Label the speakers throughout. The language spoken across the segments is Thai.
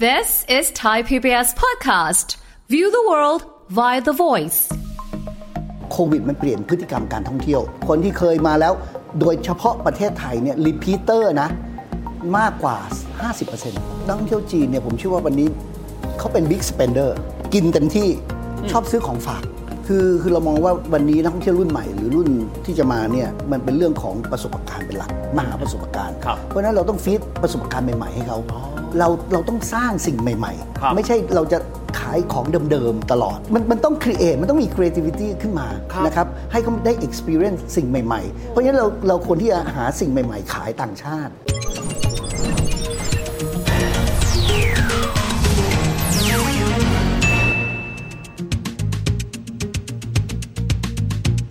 Speaker 1: This is Thai PBS podcast. View the world via the voice.
Speaker 2: โควิดมันเปลี่ยนพฤติกรรมการท่องเที่ยว คนที่เคยมาแล้ว โดยเฉพาะประเทศไทยเนี่ยรีพีเตอร์นะ มากกว่า 50%นักท่องเที่ยวจีนเนี่ยผมเชื่อว่าวันนี้เขาเป็นบิ๊กสเปนเดอร์กินเต็มที่ชอบซื้อของฝาก คือคือเรามองว่าวันนี้นักท่องเที่ยวรุ่นใหม่ หรือรุ่นที่จะมาเนี่ยมันเป็นเรื่องของประสบการณ์เป็นหลักมหาประสบการณ์
Speaker 3: ครับ
Speaker 2: เพราะฉะนั้นเราต้องฟีดประสบการณ์ใหม่ๆให้เขาเราเราต้องสร้างสิ่งใหม่
Speaker 3: ครับ
Speaker 2: ๆ ไม่ใช่เราจะขายของเดิมๆตลอด มันมันต้องครีเอทมันต้องมี creativity ขึ้นมา
Speaker 3: ครับ
Speaker 2: นะครับให้เขาได้ experience สิ่งใหม่ ๆ เพราะฉะนั้นเราเราควรที่จะหาสิ่งใหม่ ๆ ขายต่างชาติ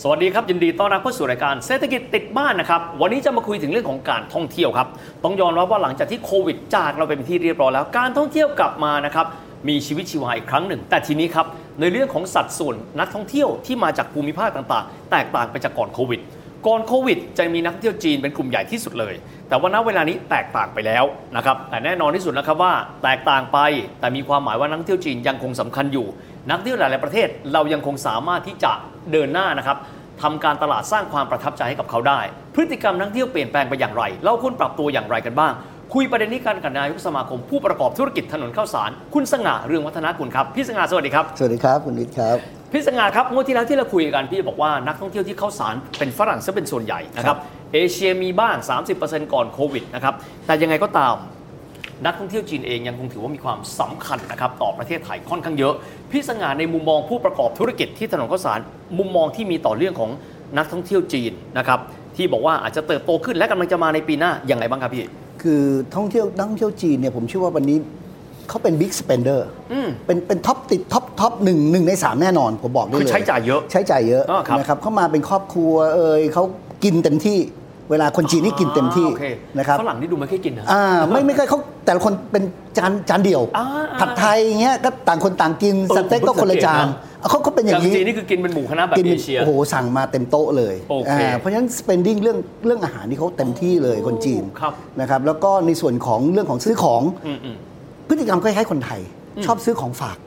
Speaker 3: สวัสดีครับ ยินดีต้อนรับเข้าสู่รายการเศรษฐกิจติดบ้านนะครับ วันนี้จะมาคุยถึงเรื่องของการท่องเที่ยวครับ ต้องยอมรับว่าหลังจากที่โควิดจากเราเป็นที่เรียบร้อยแล้ว การท่องเที่ยวกลับมานะครับ มีชีวิตชีวาอีกครั้งหนึ่ง แต่ทีนี้ครับ ในเรื่องของสัดส่วนนักท่องเที่ยวที่มาจากภูมิภาคต่างๆ แตกต่างไปจากก่อนโควิด ก่อนโควิดจะมีนักท่องเที่ยวจีนเป็นกลุ่มใหญ่ที่สุดเลย แต่ว่าณเวลานี้แตกต่างไปแล้วนะครับ แต่แน่นอนที่สุดนะครับว่าแตกต่างไป แต่มีความหมายว่านักท่องเที่ยวจีนยังคงสำคัญอยู่ นักท่องเที่ยวหลายๆประเทศเรายังคงสามารถที่จะเดินหน้านะครับทำการตลาดสร้างความประทับใจให้กับเขาได้ พฤติกรรมนักท่องเที่ยวเปลี่ยนแปลงไปอย่างไร เราควรปรับตัวอย่างไรกันบ้าง คุยประเด็นนี้กันกับนายกสมาคมผู้ประกอบธุรกิจถนนข้าวสาร คุณสง่าเรืองวัฒนกุลครับพี่สง่าสวัสดีครับ
Speaker 2: สวัสดีครับ คุณนิดครับ
Speaker 3: พี่สง่าครับงวดที่แล้วที่เราคุยกันพี่บอกว่านักท่องเที่ยวที่เข้าสารเป็นฝรั่งซะเป็นส่วนใหญ่นะครับเอเชียมีบ้าง 30%ก่อนโควิดนะครับแต่ยังไงก็ตาม นักท่องเที่ยวจีนเองยังคงถือว่ามีความสำคัญนะครับต่อประเทศไทยค่อนข้างเยอะ พี่สง่าในมุมมองผู้ประกอบธุรกิจที่ถนนข้าวสารมุมมองที่มีต่อเรื่องของนักท่องเที่ยวจีนนะครับที่บอกว่าอาจจะเติบโตขึ้นและกำลังจะมาในปีหน้าอย่างไรบ้างครับพี่
Speaker 2: คือท่องเที่ยวนักท่องเที่ยวจีนเนี่ยผมเชื่อว่าวันนี้เขาเป็นบิ๊กสเปนเดอร์เป็นเป็นท็อปติดท็อปท็อปหนึ่งหนึ่งในสามแน่นอน ผมบอกได้เลย
Speaker 3: คือใช้จ่ายเยอะ
Speaker 2: ใช้จ่ายเยอะ
Speaker 3: อ่าครับ
Speaker 2: นะครับเขามาเป็นครอบครัวเอ่ยเขากินเต็มที่ เวลาคนจีนนี่กินเต็มที่
Speaker 3: าโอค
Speaker 2: นะครับ
Speaker 3: ฝรั่งนี่ดูไม่ค่อยกินนะ
Speaker 2: อ่าไม่ไม่เคยเขาแต่ละคนเป็นจานจานเดียว
Speaker 3: อ่าอ่า
Speaker 2: ผัดไทยอย่างเงี้ยก็ต่างคนต่างกิน
Speaker 3: เออ
Speaker 2: สเต็กก็
Speaker 3: ผมเพิ่ง
Speaker 2: คนละจาน
Speaker 3: สังเกตนะ
Speaker 2: เอาเขาเขาเป็นอ
Speaker 3: อย่า
Speaker 2: ย่าง งนี้
Speaker 3: จีนนี่คือกินเป็นหมู่คณะแบบ
Speaker 2: กิน
Speaker 3: เอเชีย
Speaker 2: โอ้โหสั่งมาเต็มโต๊ะเลย
Speaker 3: โอเค
Speaker 2: าเพราะฉะนั้น spending เรื่องเรื่องอาหารนี่เขาเต็มที่เลยคนจีน
Speaker 3: ครับ
Speaker 2: นะครับแล้วก็ในส่วนของเรื่องของซื้อของ
Speaker 3: อืมอืม
Speaker 2: พฤติกรรมคล้ายๆคนไทย ชอบซื้อของฝาก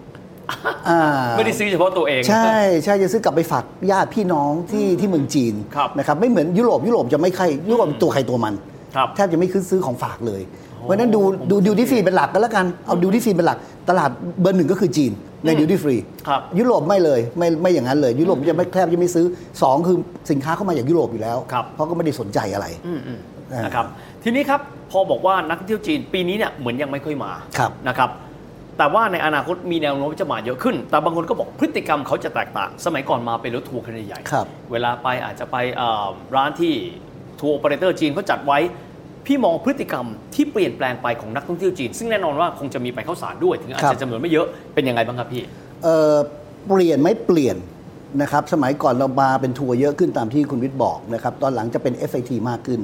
Speaker 2: อ่า
Speaker 3: ไม่ได้ซื้อเฉพาะตัวเอง
Speaker 2: ใช่ใช่จะซื้อกลับไปฝากญาติพี่น้องที่ที่เมืองจีน
Speaker 3: ครับ
Speaker 2: นะครับไม่เหมือนยุโรปยุโรปจะไม่ใครยุโรปเป็นตัวใครตัวมัน
Speaker 3: ครับ
Speaker 2: แทบจะไม่คือซื้อของฝากเลยเพราะฉะนั้นดู
Speaker 3: ผม
Speaker 2: ดูดิวตี้ฟรีเป็นหลักก็แล้วกันเอาดิวตี้ฟรีเป็นหลัก ตลาดเบอร์หนึ่งก็คือจีนในดิวตี้ฟรี
Speaker 3: ครับ
Speaker 2: ยุโรปไม่เลยไม่ไม่อย่างนั้นเลย ยุโรปจะไม่แทบจะไม่ซื้อสองคือสินค้าเข้ามาจากยุโรปอยู่แล้ว
Speaker 3: ครับ
Speaker 2: เพราะก็ไม่ได้สนใจอะไร
Speaker 3: อืมอืม
Speaker 2: อ่าน
Speaker 3: นะครับทีนี้ครับพอบอกว่านักท่องเที่ยวจีนปีนี้เนี่ยเหมือนยังไม่ค่อยมา
Speaker 2: ครับ
Speaker 3: นะครับ แต่ว่าในอนาคตมีแนวโน้มว่าจะมาเยอะขึ้น แต่บางคนก็บอกพฤติกรรมเขาจะแตกต่าง สมัยก่อนมาเป็นรถทัวร์ขนาดใหญ่
Speaker 2: ครับ
Speaker 3: เวลาไปอาจจะไปเอ่อร้านที่ทัวร์โอเปอเรเตอร์จีนเขาจัดไว้ พี่มองพฤติกรรมที่เปลี่ยนแปลงไปของนักท่องเที่ยวจีน ซึ่งแน่นอนว่าคงจะมีไปเข้าสารด้วยถึงอาจจะจำนวนไม่เยอะเป็นยังไงบ้างครับพี่
Speaker 2: เอ่อเปลี่ยนไหม่เปลี่ยนนะครับสมัยก่อนเรามาเป็นทัวร์เยอะขึ้นตามที่คุณวิทย์บอกนะครับตอนหลังจะเป็น FIT มากขึ้น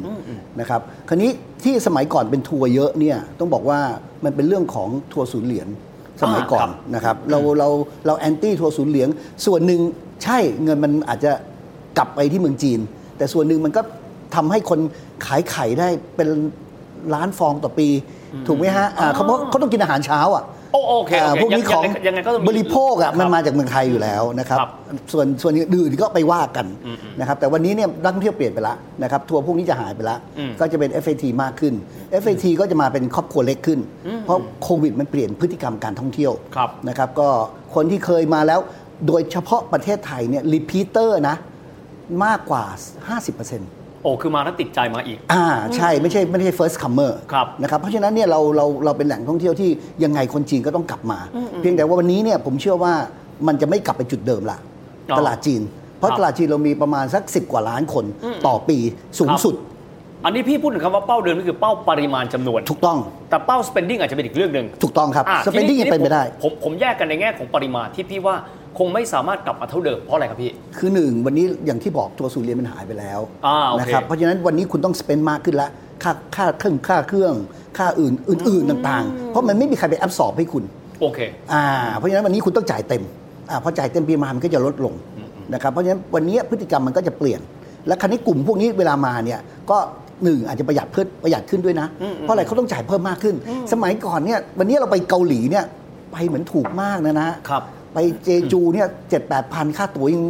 Speaker 2: นะครับคราวนี้ที่สมัยก่อนเป็นทัวร์เยอะเนี่ยต้องบอกว่ามันเป็นเรื่องของทัวร์ศูนย์เหรียญสมัยก่อน
Speaker 3: อ่าครับ
Speaker 2: นะครับเราเราเราแอนตี้ทัวร์ศูนย์เหรียญส่วนหนึ่งใช่เงินมันอาจจะกลับไปที่เมืองจีน แต่ส่วนหนึ่งมันก็ทำให้คนขายไข่ได้เป็นล้านฟองต่อปีถูกไหมฮะอ่าเขาเพราะเขาต้องกินอาหารเช้าอ่ะ
Speaker 3: โอโอเคโอ
Speaker 2: อ่า
Speaker 3: เค
Speaker 2: พวกนี้
Speaker 3: ยั
Speaker 2: ของ
Speaker 3: ยัยังไงก็ต้องมี
Speaker 2: บริโภคอ่ะ
Speaker 3: ครับ
Speaker 2: มันมาจากเมืองไทยอยู่แล้วนะครับ
Speaker 3: ครับ
Speaker 2: ส่วนส่วนอื่นๆก็ไปว่ากันนะครับแต่วันนี้เนี่ยนักท่องเที่ยวเปลี่ยนไปละนะครับทัวร์พวกนี้จะหายไปละ
Speaker 3: อืม
Speaker 2: ก็จะเป็น FAT มากขึ้น FAT ก็จะมาเป็นครอบครัวเล็กขึ้น เพราะโควิดมันเปลี่ยนพฤติกรรมการท่องเที่ยว
Speaker 3: ครับ
Speaker 2: นะครับก็คนที่เคยมาแล้วโดยเฉพาะประเทศไทยเนี่ยรีพีเตอร์นะมากกว่า 50%
Speaker 3: โอ้คือมาแล้วติดใจมาอีก
Speaker 2: อ่าใช่ไม่ใช่ไม่ใช่ first comer
Speaker 3: ครับ
Speaker 2: นะครับเพราะฉะนั้นเนี่ยเราเราเราเป็นแหล่งท่องเที่ยวที่ยังไงคนจีนก็ต้องกลับมา เพียงแต่ว่าวันนี้เนี่ยผมเชื่อว่ามันจะไม่กลับไปจุดเดิมละ
Speaker 3: อ๋อ
Speaker 2: ตลาดจีน เพราะ
Speaker 3: ครับ
Speaker 2: ตลาดจีนเรามีประมาณสัก 10 กว่าล้านคนต่อปีสู
Speaker 3: ค
Speaker 2: ง
Speaker 3: รับ
Speaker 2: สุด
Speaker 3: อันนี้พี่พูดถึงคำว่าเป้าเดิมก็คือเป้าปริมาณจำนวน
Speaker 2: ถูกต้อง
Speaker 3: แต่เป้า spending อาจจะเป็นอีกเรื่องหนึ่ง
Speaker 2: ถูกต้องครับ
Speaker 3: อ่า
Speaker 2: spending
Speaker 3: ที
Speaker 2: ยังเป็นไปได้
Speaker 3: ผมผมผมแยกกันในแง่ของปริมาณที่พี่ว่าคงไม่สามารถกลับมาเท่าเดิมเพราะอะไรครับพี่
Speaker 2: คือหนึ่งวันนี้อย่างที่บอกตัวสูนย์เรียนมันหายไปแล้ว
Speaker 3: อ่าโอเค
Speaker 2: นะครับเพราะฉะนั้นวันนี้คุณต้อง spend มากขึ้นละค่าค่าเครื่องค่าเครื่องค่าอื่นอื่นๆต่างๆ เพราะมันไม่มีใครไปแอบสอบให้คุณ
Speaker 3: โอเค
Speaker 2: อ่าเพราะฉะนั้นวันนี้คุณต้องจ่ายเต็มอ่าพอจ่ายเต็มปีมามันก็จะลดลงนะครับเพราะฉะนั้นวันนี้พฤติกรรมมันก็จะเปลี่ยน และคราวนี้กลุ่มพวกนี้เวลามาเนี่ยก็ หนึ่งอาจจะประหยัดเพิ่มประหยัดขึ้นด้วยนะ
Speaker 3: อืมอืม
Speaker 2: เพราะอะไรเขาต้องจ่ายเพิ่มมากขึ้น สมัยก่อนเนี่ยวันนี้เราไปเกาหลีเนี่ยไปเหมือนถูกมากนะนะครับ ไปเจจูเนี่ยเจ็ดแปดพันค่าตั๋วยัง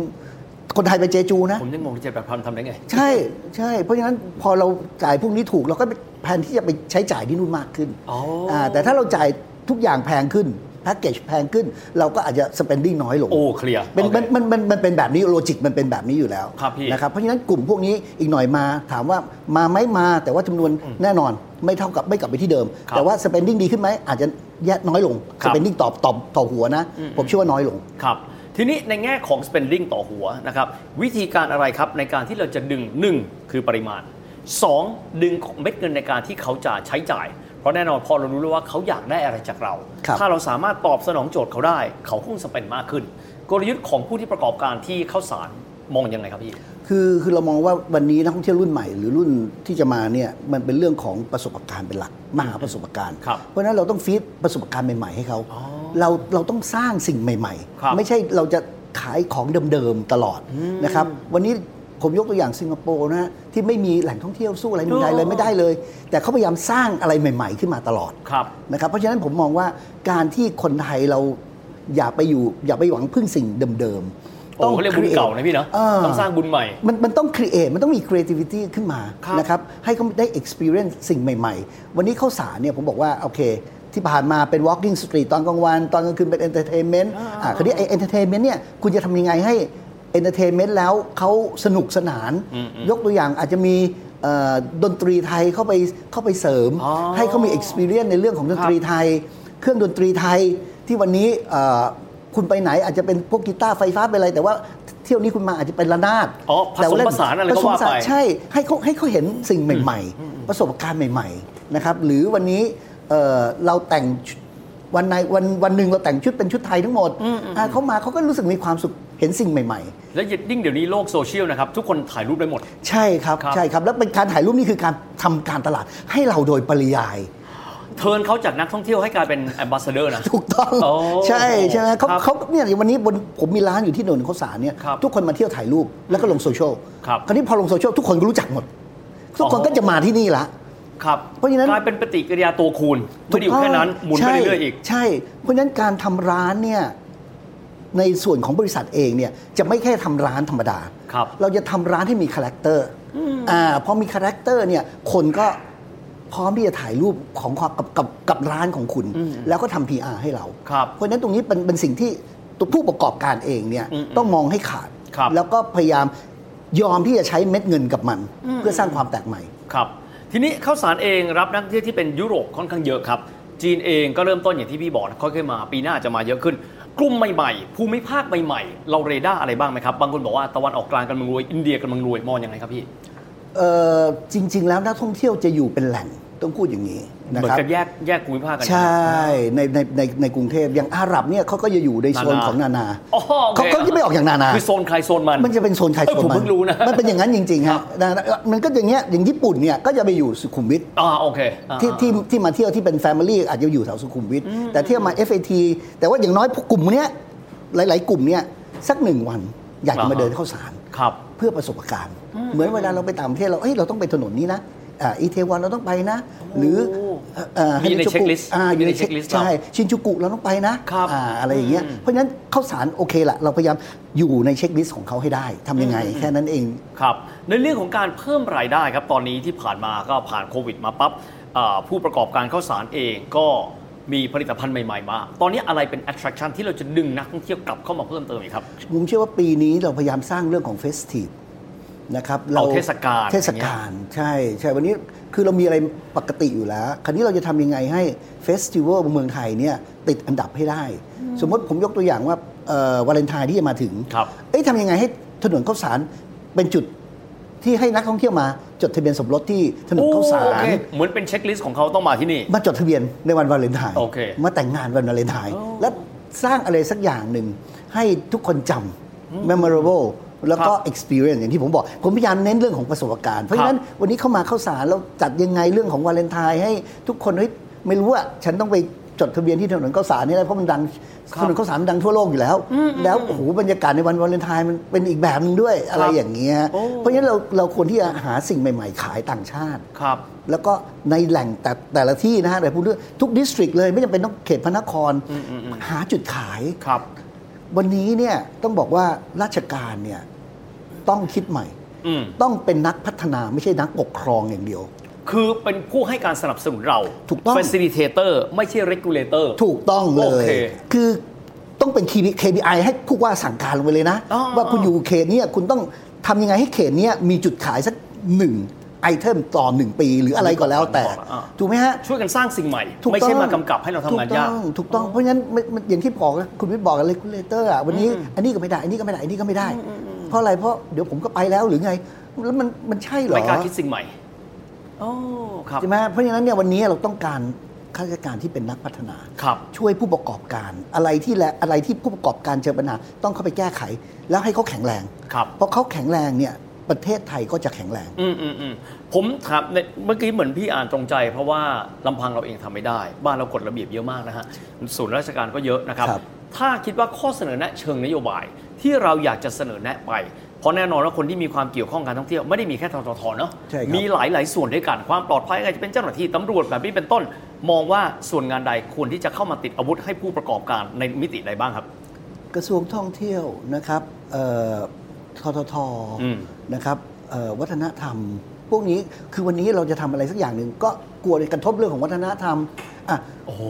Speaker 2: คนไทยไปเจจูนะ
Speaker 3: ผมยังงงเจ็ดแปดพันทำได้ไง
Speaker 2: ใช่ใช่ เพราะฉะนั้นพอเราจ่ายพวกนี้ถูกเราก็แผนที่จะไปใช้จ่ายที่นู่นมากขึ้น
Speaker 3: อ๋ออ่
Speaker 2: าแต่ถ้าเราจ่ายทุกอย่างแพงขึ้นแพ็กเกจแพงขึ้น เราก็อาจจะ spending น้อยลง
Speaker 3: โอ้เคลียร์
Speaker 2: เป็น
Speaker 3: โอค
Speaker 2: มันมันมันมันเป็นแบบนี้โลจิกมันเป็นแบบนี้อยู่แล้ว
Speaker 3: ครับพี่
Speaker 2: นะครับเพราะฉะนั้นกลุ่มพวกนี้อีกหน่อยมาถามว่ามาไหมมา แต่ว่าจำนวนแน่นอนไม่เท่ากับไม่กลับไปที่เดิม
Speaker 3: ครับ
Speaker 2: แต่ว่า spending ดีขึ้นไหมอาจจะแยะน้อยลง
Speaker 3: ครับ
Speaker 2: spending ต่อต่อต่อหัวนะ ผมเชื่อว่าน้อยลง
Speaker 3: ครับ ทีนี้ในแง่ของ spending ต่อหัวนะครับ วิธีการอะไรครับในการที่เราจะดึง 1 คือปริมาณ 2 ดึงเม็ดเงินในการที่เขาจะใช้จ่าย เพราะแน่นอนพอเรารู้แล้วว่าเขาอยากได้อะไรจากเรา
Speaker 2: ครับ
Speaker 3: ถ้าเราสามารถตอบสนองโจทย์เขาได้ เขาคงสเปนมากขึ้น กลยุทธ์ของผู้ที่ประกอบการที่เข้าสารมองยังไงครับพี่
Speaker 2: คือคือเรามองว่าวันนี้นักท่องเที่ยวรุ่นใหม่หรือรุ่นที่จะมาเนี่ยมันเป็นเรื่องของประสบการณ์เป็นหลักมหาประสบการณ์
Speaker 3: ครับ
Speaker 2: เพราะฉะนั้นเราต้องฟีดประสบการณ์ใหม่ ๆ ให้เขา
Speaker 3: อ๋อ
Speaker 2: เราเราต้องสร้างสิ่งใหม่
Speaker 3: ครับ
Speaker 2: ๆ ไม่ใช่เราจะขายของเดิมๆตลอดนะครับวันนี้ผมยกตัวอย่างสิงคโปร์นะฮะที่ไม่มีแหล่งท่องเที่ยวสู้อะไรเมืองไทยเลย
Speaker 3: โอ้
Speaker 2: ไม่ได้เลย แต่เขาพยายามสร้างอะไรใหม่ ๆ ขึ้นมาตลอด
Speaker 3: ครับ
Speaker 2: นะครับเพราะฉะนั้นผมมองว่าการที่คนไทยเราอย่าไปอยู่อย่าไปหวังพึ่งสิ่งเดิม
Speaker 3: โอ้
Speaker 2: ๆ
Speaker 3: เขาเรียกบุญ
Speaker 2: create
Speaker 3: เก่านะพี่เนอะ
Speaker 2: ออ
Speaker 3: ต้องสร้างบุญใหม่
Speaker 2: มันมันต้อง create มันต้องมี creativity ขึ้นมา
Speaker 3: ครับ
Speaker 2: นะครับให้เขาได้ experience สิ่งใหม่ๆ วันนี้เข้าวสารเนี่ยผมบอกว่า โอเค ที่ผ่านมาเป็น walking street ตอนกลางวัน ตอนกลางคืนเป็น entertainment
Speaker 3: อ่า
Speaker 2: อ่าคราวนี้ไอ้ entertainment เนี่ยคุณจะทำยังไงให้ entertainment แล้วเขาสนุกสนาน ยกตัวอย่างอาจจะมีเอ่อดนตรีไทยเข้าไปเข้าไปเสริม
Speaker 3: อ๋อ
Speaker 2: ให้เขามี experience ในเรื่องของดนตรีไทย เครื่องดนตรีไทยที่วันนี้เอ่อคุณไปไหนอาจจะเป็นพวกกีตาร์ไฟฟ้าเป็นอะไร แต่ว่าเที่ยวนี้คุณมาอาจจะเป็นระนาด
Speaker 3: อ๋อผสม
Speaker 2: แต่ว่เล่
Speaker 3: ผสานอะไรก็
Speaker 2: ผสม
Speaker 3: ว่า
Speaker 2: ผ
Speaker 3: ไป
Speaker 2: สนใช่ ให้เขาให้เขาเห็นสิ่งใหม่ ๆ ประสบการณ์ใหม่ ๆ นะครับ หรือวันนี้เอ่อเราแต่งชุดวันในวันวันหนึ่งเราแต่งชุดเป็นชุดไทยทั้งหมดอ่าเขามาเขาก็รู้สึกมีความสุขเห็นสิ่งใหม่ ๆ
Speaker 3: และยิ่งเดี๋ยวนี้โลกโซเชียลนะครับทุกคนถ่ายรูปได้หมด
Speaker 2: ใช่ครับ
Speaker 3: ครับ
Speaker 2: ใช่ครับ แล้วเป็นการถ่ายรูปนี่คือการทำการตลาดให้เราโดยปริยาย
Speaker 3: เทิร์นเขาจากนักท่องเที่ยวให้กลายเป็นแอมบาสเดอร์นะ
Speaker 2: ถูกต้อง
Speaker 3: โอ้
Speaker 2: ใช่ใช่ไหมเขา
Speaker 3: ครับ
Speaker 2: เขาเนี่ยวันนี้บนผมมีร้านอยู่ที่ถนนข้าวสารเนี่ย
Speaker 3: ครับ
Speaker 2: ทุกคนมาเที่ยวถ่ายรูปแล้วก็ลงโซเชียล
Speaker 3: ครับ
Speaker 2: คราวนี้พอลงโซเชียลทุกคนก็รู้จักหมด ทุกคน
Speaker 3: อ๋อ
Speaker 2: ก็จะมาที่นี่ละ
Speaker 3: ครับ
Speaker 2: เพราะฉะนั้น
Speaker 3: กลายเป็นปฏิกิริยาตัวคูณไม่ได้อยู่แค่นั้นหมุนไป
Speaker 2: ใช่
Speaker 3: เรื่อยๆอีก
Speaker 2: ใช่ เพราะฉะนั้นการทำร้านเนี่ยในส่วนของบริษัทเองเนี่ยจะไม่แค่ทำร้านธรรมดา
Speaker 3: ครับ
Speaker 2: เราจะทำร้านให้มีคาแรคเตอร์อ่าพอมีคาแรคเตอร์เนี่ยคนก็พร้อมที่จะถ่ายรูปของความกับกับกับร้านของคุณ แล้วก็ทำ PR ให้เรา
Speaker 3: ครับ
Speaker 2: เพราะฉะนั้นตรงนี้เป็นเป็นสิ่งที่ตัวผู้ประกอบการเองเนี่ย
Speaker 3: อืม
Speaker 2: ต้องมองให้ขาด
Speaker 3: ครับ
Speaker 2: แล้วก็พยายามยอมที่จะใช้เม็ดเงินกับมัน เพื่อสร้างความแตกใหม่
Speaker 3: ครับ ทีนี้ข้าวสารเองรับนักท่องเที่ยวที่เป็นยุโรปค่อนข้างเยอะครับ จีนเองก็เริ่มต้นอย่างที่พี่บอกนะค่อยๆมาปีหน้าจะมาเยอะขึ้น กลุ่มใหม่ๆ ภูมิภาคใหม่ๆ เราเรดาร์อะไรบ้างไหมครับบางคนบอกว่าตะวันออกกลางกำลังรวยอินเดียกำลังรวยมองยังไงครับพี่
Speaker 2: เอ่อจริง ๆ แล้วนักท่องเที่ยวจะอยู่เป็นแหล่งต้องพูดอย่างนี้
Speaker 3: เห
Speaker 2: นะ
Speaker 3: มือ
Speaker 2: ครับ
Speaker 3: นกับแยกแยกภูมิภาคกัน
Speaker 2: ใช่ในในในในกรุงเทพอย่างอาหรับเนี่ยเขาก็จะอยู่ในโซน
Speaker 3: นานา
Speaker 2: ของนานา
Speaker 3: อ๋อโอค
Speaker 2: เขาเขาจะไม่ออกอย่างนานา
Speaker 3: คือโซนใครโซนมัน
Speaker 2: มันจะเป็นโซนใคร
Speaker 3: เอ้ย
Speaker 2: โซน
Speaker 3: ผม
Speaker 2: มั
Speaker 3: เพิ่
Speaker 2: น
Speaker 3: งรู้นะ
Speaker 2: มันเป็นอย่างนั้นจริงๆฮะนานามันก็อย่างเงี้ยอย่างญี่ปุ่นเนี่ยก็จะไปอยู่สุขุมวิท
Speaker 3: อ่าโอเคอ่า
Speaker 2: ที่ที่ที่มาเที่ยวที่เป็นแฟมิลี่อาจจะอยู่แถวสุขุมวิทแต่เที่ยวมา FAT แต่ว่าอย่างน้อยพวกกลุ่มเนี้ยหลาย ๆ กลุ่มเนี้ยสักหนึ่งวันอยากจะมา
Speaker 3: อ่าฮะ
Speaker 2: เดินเข้าสาร
Speaker 3: ครับ
Speaker 2: เพื่อประสบการณ์ เหมือนเวลาเราไปต่างประเทศเราเอ้ยเราต้องไปถนนนี้นะอ่าอีเทวันเราต้องไปนะ หรือเอ่อ
Speaker 3: มีใน
Speaker 2: ฮาจูกุ
Speaker 3: checklist
Speaker 2: อ่าอยู่ใน
Speaker 3: มีใน
Speaker 2: เช็ค
Speaker 3: checklist
Speaker 2: ใช่ชินจูกุเราต้องไปนะครับ อ่าอะไรอย่างเงี้ย
Speaker 3: อืม
Speaker 2: เพราะฉะนั้นข้าวสารโอเคละเราพยายามอยู่ในเช็คลิสต์ของเขาให้ได้ทำยังไง
Speaker 3: อืม
Speaker 2: แค่นั้นเอง
Speaker 3: ครับในเรื่องของการเพิ่มรายได้ครับตอนนี้ที่ผ่านมาก็ผ่านโควิดมาปั๊บเอ่อผู้ประกอบการข้าวสารเองก็มีผลิตภัณฑ์ใหม่ๆมา ตอนนี้อะไรเป็น attraction ที่เราจะดึงนักท่องเที่ยวกลับเข้ามาเพิ่มเติมอีกครับ
Speaker 2: ผมเชื่อว่าปีนี้เราพยายามสร้างเรื่องของเฟสทีฟนะครับ
Speaker 3: เอาเทศกาล
Speaker 2: เทศกาลใช่ใช่วันนี้คือเรามีอะไรปกติอยู่แล้ว คราวนี้เราจะทำยังไงให้เฟสติวัลเมืองไทยเนี่ยติดอันดับให้ได้ สมมติผมยกตัวอย่างว่าวาเลนไทน์ที่จะมาถึง
Speaker 3: ครับ
Speaker 2: เอ้ยทำยังไงให้ถนนข้าวสารเป็นจุดที่ให้นักท่องเที่ยวมาจดทะเบียนสมรสที่ถนนข้าวสา
Speaker 3: โอ
Speaker 2: ร
Speaker 3: เคเหมือนเป็นเช็คลิสต์ของเขาต้องมาที่นี่
Speaker 2: มาจดทะเบียนในวันวาเลนไทน์
Speaker 3: โอเค
Speaker 2: มาแต่งงานวันวาเลนไทน์
Speaker 3: โอ้
Speaker 2: และสร้างอะไรสักอย่างหนึ่งให้ทุกคนจำ memorable แล้วก็
Speaker 3: ครับ
Speaker 2: experience อย่างที่ผมบอก ผมพยายามเน้นเรื่องของประสบการณ์ เพราะฉะนั้นวันนี้เข้ามาเข้าสารเราจัดยังไงเรื่องของวาเลนไทน์ให้ทุกคนเฮ้ยไม่รู้ว่าฉันต้องไปจดทะเบียนที่ถนนเข้าสารนี่แหละเพราะมันดัง
Speaker 3: ครับ
Speaker 2: ถนนข้าวสารมันดังทั่วโลกอยู่แล้ว แล้วโอ้โหบรรยากาศในวันวาเลนไทน์มันเป็นอีกแบบหนึงด้วยอะไร
Speaker 3: ครับ
Speaker 2: อย่างเงี้ย
Speaker 3: โอ้
Speaker 2: เพราะฉะนั้นเราเราควรที่จะหาสิ่งใหม่ ๆ ขายต่างชาติ
Speaker 3: ครับ
Speaker 2: แล้วก็ในแหล่งแต่แต่ละที่นะฮะแต่พูดด้วยทุกดิสตริกเลยไม่จำเป็นต้องเขตพระนคร
Speaker 3: อืมอืมอืม
Speaker 2: หาจุดขาย
Speaker 3: ครับ
Speaker 2: วันนี้เนี่ยต้องบอกว่าราชการเนี่ยต้องคิดใหม่
Speaker 3: อืม
Speaker 2: ต้องเป็นนักพัฒนาไม่ใช่นักปกครองอย่างเดียว
Speaker 3: คือเป็นผู้ให้การสนับสนุนเรา
Speaker 2: ถูกต้อง
Speaker 3: facilitator ไม่ใช่ regulator
Speaker 2: ถูกต้องเล
Speaker 3: โอเค
Speaker 2: ย คือต้องเป็น KB- KPI ให้ผู้ว่าสั่งการลงไปเลยนะ
Speaker 3: อ๋อ
Speaker 2: ว่าคุณอยู่เขตเนี้ยคุณต้องทำยังไงให้เขตเนี้ยมีจุดขายสักหนึ่งไอเทมต่อหนึ่งปี หรืออะไรก็แล้วแต่
Speaker 3: อ่า
Speaker 2: ถูกไหมฮะ
Speaker 3: ช่วยกันสร้างสิ่งใหม่
Speaker 2: ถูก
Speaker 3: ไม่
Speaker 2: ต้อง
Speaker 3: ใช่มากำกับให้เราทำงานยา
Speaker 2: ถูกต้อ
Speaker 3: ก
Speaker 2: งถูกต้องเพราะฉะนั้นมันมันอย่างที่บอกนะคุณวิทย์บอกกันเลยคุณเลเตอร์อ่ะวันนี้อันนี้ก็ไม่ได้ อันนี้ก็ไม่ได้ อันนี้ก็ไม่ได้ เพราะอะไรเพราะเดี๋ยวผมก็ไปแล้วหรือไง แล้วมันมันใช่เหรอ
Speaker 3: ไม่กล้าคิดสิ่งใหม่โอ้ครับ
Speaker 2: ใช่ไหมเพราะฉะนั้นเนี่ยวันนี้เราต้องการข้าราชการที่เป็นนักพัฒนา
Speaker 3: ครับ
Speaker 2: ช่วยผู้ประกอบการ อะไรที่และอะไรที่ผู้ประกอบการเจอปัญหาต้องเข้าไปแก้ไข แล้วให้เขาแข็งแรง
Speaker 3: ครับ
Speaker 2: เพราะเขาแข็งแรงเนี่ยประเทศไทยก็จะแข็งแรง
Speaker 3: อืมอืมอืมผมถามในเมื่อกี้เหมือนพี่อ่านตรงใจ เพราะว่าลำพังเราเองทำไม่ได้ บ้านเรากฎระเบียบเยอะมากนะฮะส่วนย์ราชการก็เยอะนะครับ
Speaker 2: ครับ
Speaker 3: ถ้าคิดว่าข้อเสนอแนะเชิงนโยบายที่เราอยากจะเสนอแนะไป เพราะแน่นอนว่าคนที่มีความเกี่ยวข้องการท่องเที่ยวไม่ได้มีแค่ทททเนาะ
Speaker 2: ใช่ครับ
Speaker 3: มีหลายหลายๆส่วนด้วยกันความปลอดภัยอาจจะเป็นเจ้าหน้าที่ตำรวจแบบนี้เป็นต้น มองว่าส่วนงานใดควรที่จะเข้ามาติดอาวุธให้ผู้ประกอบการในมิติใดบ้างครับ
Speaker 2: กระทรวงท่องเที่ยวนะครับเอ่อททท
Speaker 3: อืม
Speaker 2: นะครับเอ่อวัฒนธรรม พวกนี้คือวันนี้เราจะทำอะไรสักอย่างหนึ่งก็กลัวกระทบเรื่องของวัฒนธรรมอ่ะ
Speaker 3: โอ้โห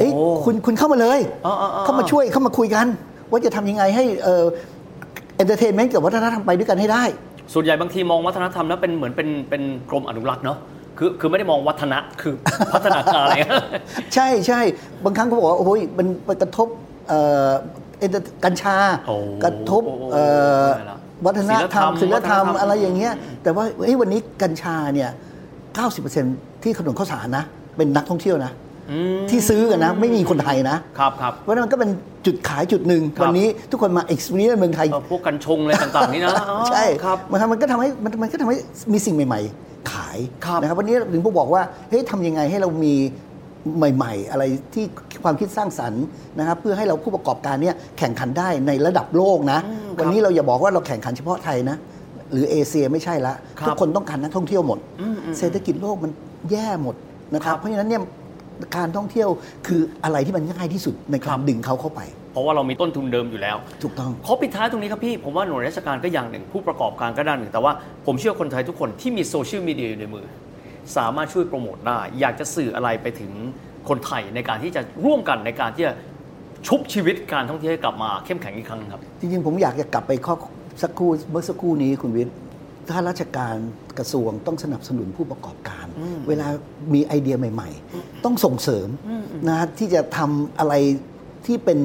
Speaker 2: เอ้ยคุณคุณเข้ามาเลย
Speaker 3: อ๋ออ๋ออ๋อ
Speaker 2: เข้ามาช่วยเข้ามาคุยกัน ว่าจะทำยังไงให้เอ็นเตอร์เทนเมนต์กับวัฒนธรรมไปด้วยกันให้ได้
Speaker 3: ส่วนใหญ่บางทีมองวัฒนธรรมแล้วเป็นเหมือนเป็นเป็นกรมอนุรักษ์เนาะคือคือไม่ได้มองวัฒนะคือ พัฒนาการอะไร เงี้ย
Speaker 2: ใช่ใช่บางครั้งก็บอกว่า โอ้ยมันไปกระทบเอ่อ enter- กัญชา
Speaker 3: โอ้
Speaker 2: กระทบเอ่อ
Speaker 3: ได้ละ
Speaker 2: วัฒนธรรม
Speaker 3: ศี
Speaker 2: ศิ
Speaker 3: ล
Speaker 2: ล
Speaker 3: ธ
Speaker 2: ธ
Speaker 3: ร
Speaker 2: ร
Speaker 3: ร
Speaker 2: ร
Speaker 3: ม
Speaker 2: มอะไรอย่างเงี้ยแต่ว่าเอ้ยวันนี้กัญชาเนี่ย 90%ที่ขนมข้าวสารนะ เป็นนักท่องเที่ยวนะ
Speaker 3: อืม
Speaker 2: ที่ซื้อกันนะ ไม่มีคนไทยนะ
Speaker 3: ครับครับ
Speaker 2: เพราะฉะนั้นมันก็เป็นจุดขายจุดหนึ่ง
Speaker 3: ครับ
Speaker 2: วันนี้ทุกคนมา experience เมืองไทย
Speaker 3: เอ่อพวกกันชงอะไรต่างๆนี่นะอ๋อ
Speaker 2: ใช่
Speaker 3: ครับ
Speaker 2: มันทำมันก็ทำให้มันมันก็ทำให้มีสิ่งใหม่ ๆ ขาย
Speaker 3: ครับ
Speaker 2: นะครับวันนี้ถึงผมบอกว่าเฮ้ยทำยังไงให้เรามีใหม่ ๆ อะไรที่ความคิดสร้างสรรค์นะครับ เพื่อให้เราผู้ประกอบการเนี่ยแข่งขันได้ในระดับโลกนะ
Speaker 3: ครับ
Speaker 2: วันนี้เราอย่าบอกว่าเราแข่งขันเฉพาะไทยนะ หรือเอเชียไม่ใช่ละ
Speaker 3: ครับ
Speaker 2: ทุกคนต้องการนักท่องเที่ยวหมด
Speaker 3: อืมอืม
Speaker 2: เศรษฐกิจโลกมันแย่หมดนะค
Speaker 3: ครั
Speaker 2: รั
Speaker 3: บบ
Speaker 2: เพราะฉะนั้นเนี่ยการท่องเที่ยวคืออะไรที่มันง่ายที่สุดในกา
Speaker 3: ค
Speaker 2: ร
Speaker 3: รับ
Speaker 2: ดึงเขาเข้าไป
Speaker 3: เพราะว่าเรามีต้นทุนเดิมอยู่แล้ว
Speaker 2: ถูกต้อง
Speaker 3: ขอปิดท้ายตรงนี้ครับพี่ ผมว่าหน่วยราชการก็อย่างหนึ่ง ผู้ประกอบการก็ด้านหนึ่ง แต่ว่าผมเชื่อคนไทยทุกคนที่มีโซเชียลมีเดียอยู่ในมือ สามารถช่วยโปรโมทได้ อยากจะสื่ออะไรไปถึงคนไทยในการที่จะร่วมกันในการที่จะชุบชีวิตการท่องเที่ยวให้กลับมาเข้มแข็งอีกครั้งครับ
Speaker 2: จริงๆ ผมอยากจะกลับไปข้อสักครู่เมื่อสักครู่นี้คุณวิทย์ถ้าราชการกระทรวงต้องสนับสนุนผู้ประกอบการ เวลามีไอเดียใหม่ ๆ ต้องส่งเสริมนะฮะที่จะทำอะไรที่เป็น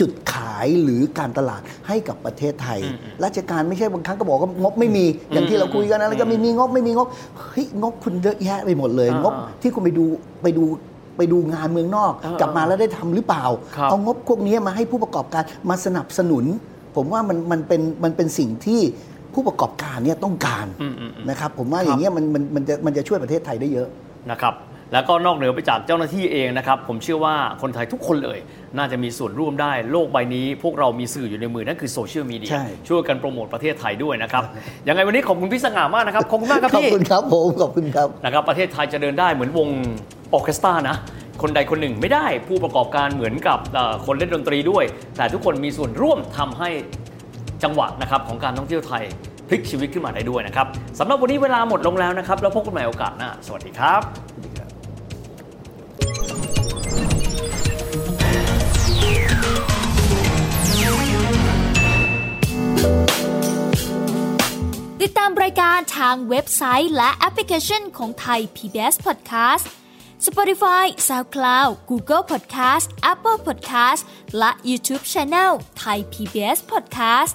Speaker 2: จุดขายหรือการตลาดให้กับประเทศไทย ราชการไม่ใช่บางครั้งก็บอกว่างบไม่มีอย่างที่เราคุยกันนะแล้วก็ไม่มีงบไม่มีงบเฮ้ยงบคุณเยอะแยะไปหมดเลย
Speaker 3: อ่าง
Speaker 2: บที่คุณไปดูไปดูไปดูงานเมืองนอก
Speaker 3: อ่าก
Speaker 2: ลับมาแล้วได้ทำหรือเปล่า
Speaker 3: ครับ
Speaker 2: เอา งบพวกนี้มาให้ผู้ประกอบการมาสนับสนุน ผมว่ามันมันเป็นมันเป็นสิ่งที่ผู้ประกอบการเนี่ยต้องการ
Speaker 3: อืมอืมอืม
Speaker 2: นะครับ ผมว่า
Speaker 3: ครับ
Speaker 2: อย่างเงี้ยมันมันมันจะมันจะช่วยประเทศไทยได้เยอะ
Speaker 3: นะครับ แล้วก็นอกเหนือไปจากเจ้าหน้าที่เองนะครับ ผมเชื่อว่าคนไทยทุกคนเลย น่าจะมีส่วนร่วมได้ โลกใบนี้ พวกเรามีสื่ออยู่ในมือ นั่นคือโซเชียลมีเดีย
Speaker 2: ใช่
Speaker 3: ช่วยกันโปรโมทประเทศไทยด้วย นะครับ ยังไงวันนี้ขอบคุณพี่สง่ามากนะครับ ขอบคุณมากครับ
Speaker 2: ขอบ
Speaker 3: พี่
Speaker 2: คุณครับผมขอบคุณครับ
Speaker 3: นะครับประเทศไทยจะเดินได้เหมือนวงออร์เคสตรานะ คนใดคนหนึ่งไม่ได้ผู้ประกอบการเหมือนกับเอ่อคนเล่นดนตรีด้วย แต่ทุกคนมีส่วนร่วมทำให้จังหวะนะครับของการท่องเที่ยวไทยพลิกชีวิตขึ้นมาได้ด้วยนะครับสำหรับวันนี้เวลาหมดลงแล้วนะครับ แล้วพบกันใหม่โอกาสหน้าสวัสดีครับ
Speaker 4: ติดตามรายการทางเว็บไซต์และแอปพลิเคชันของไทย PBS Podcast Spotify SoundCloud Google Podcast Apple Podcast และ YouTube Channel ไทย PBS Podcast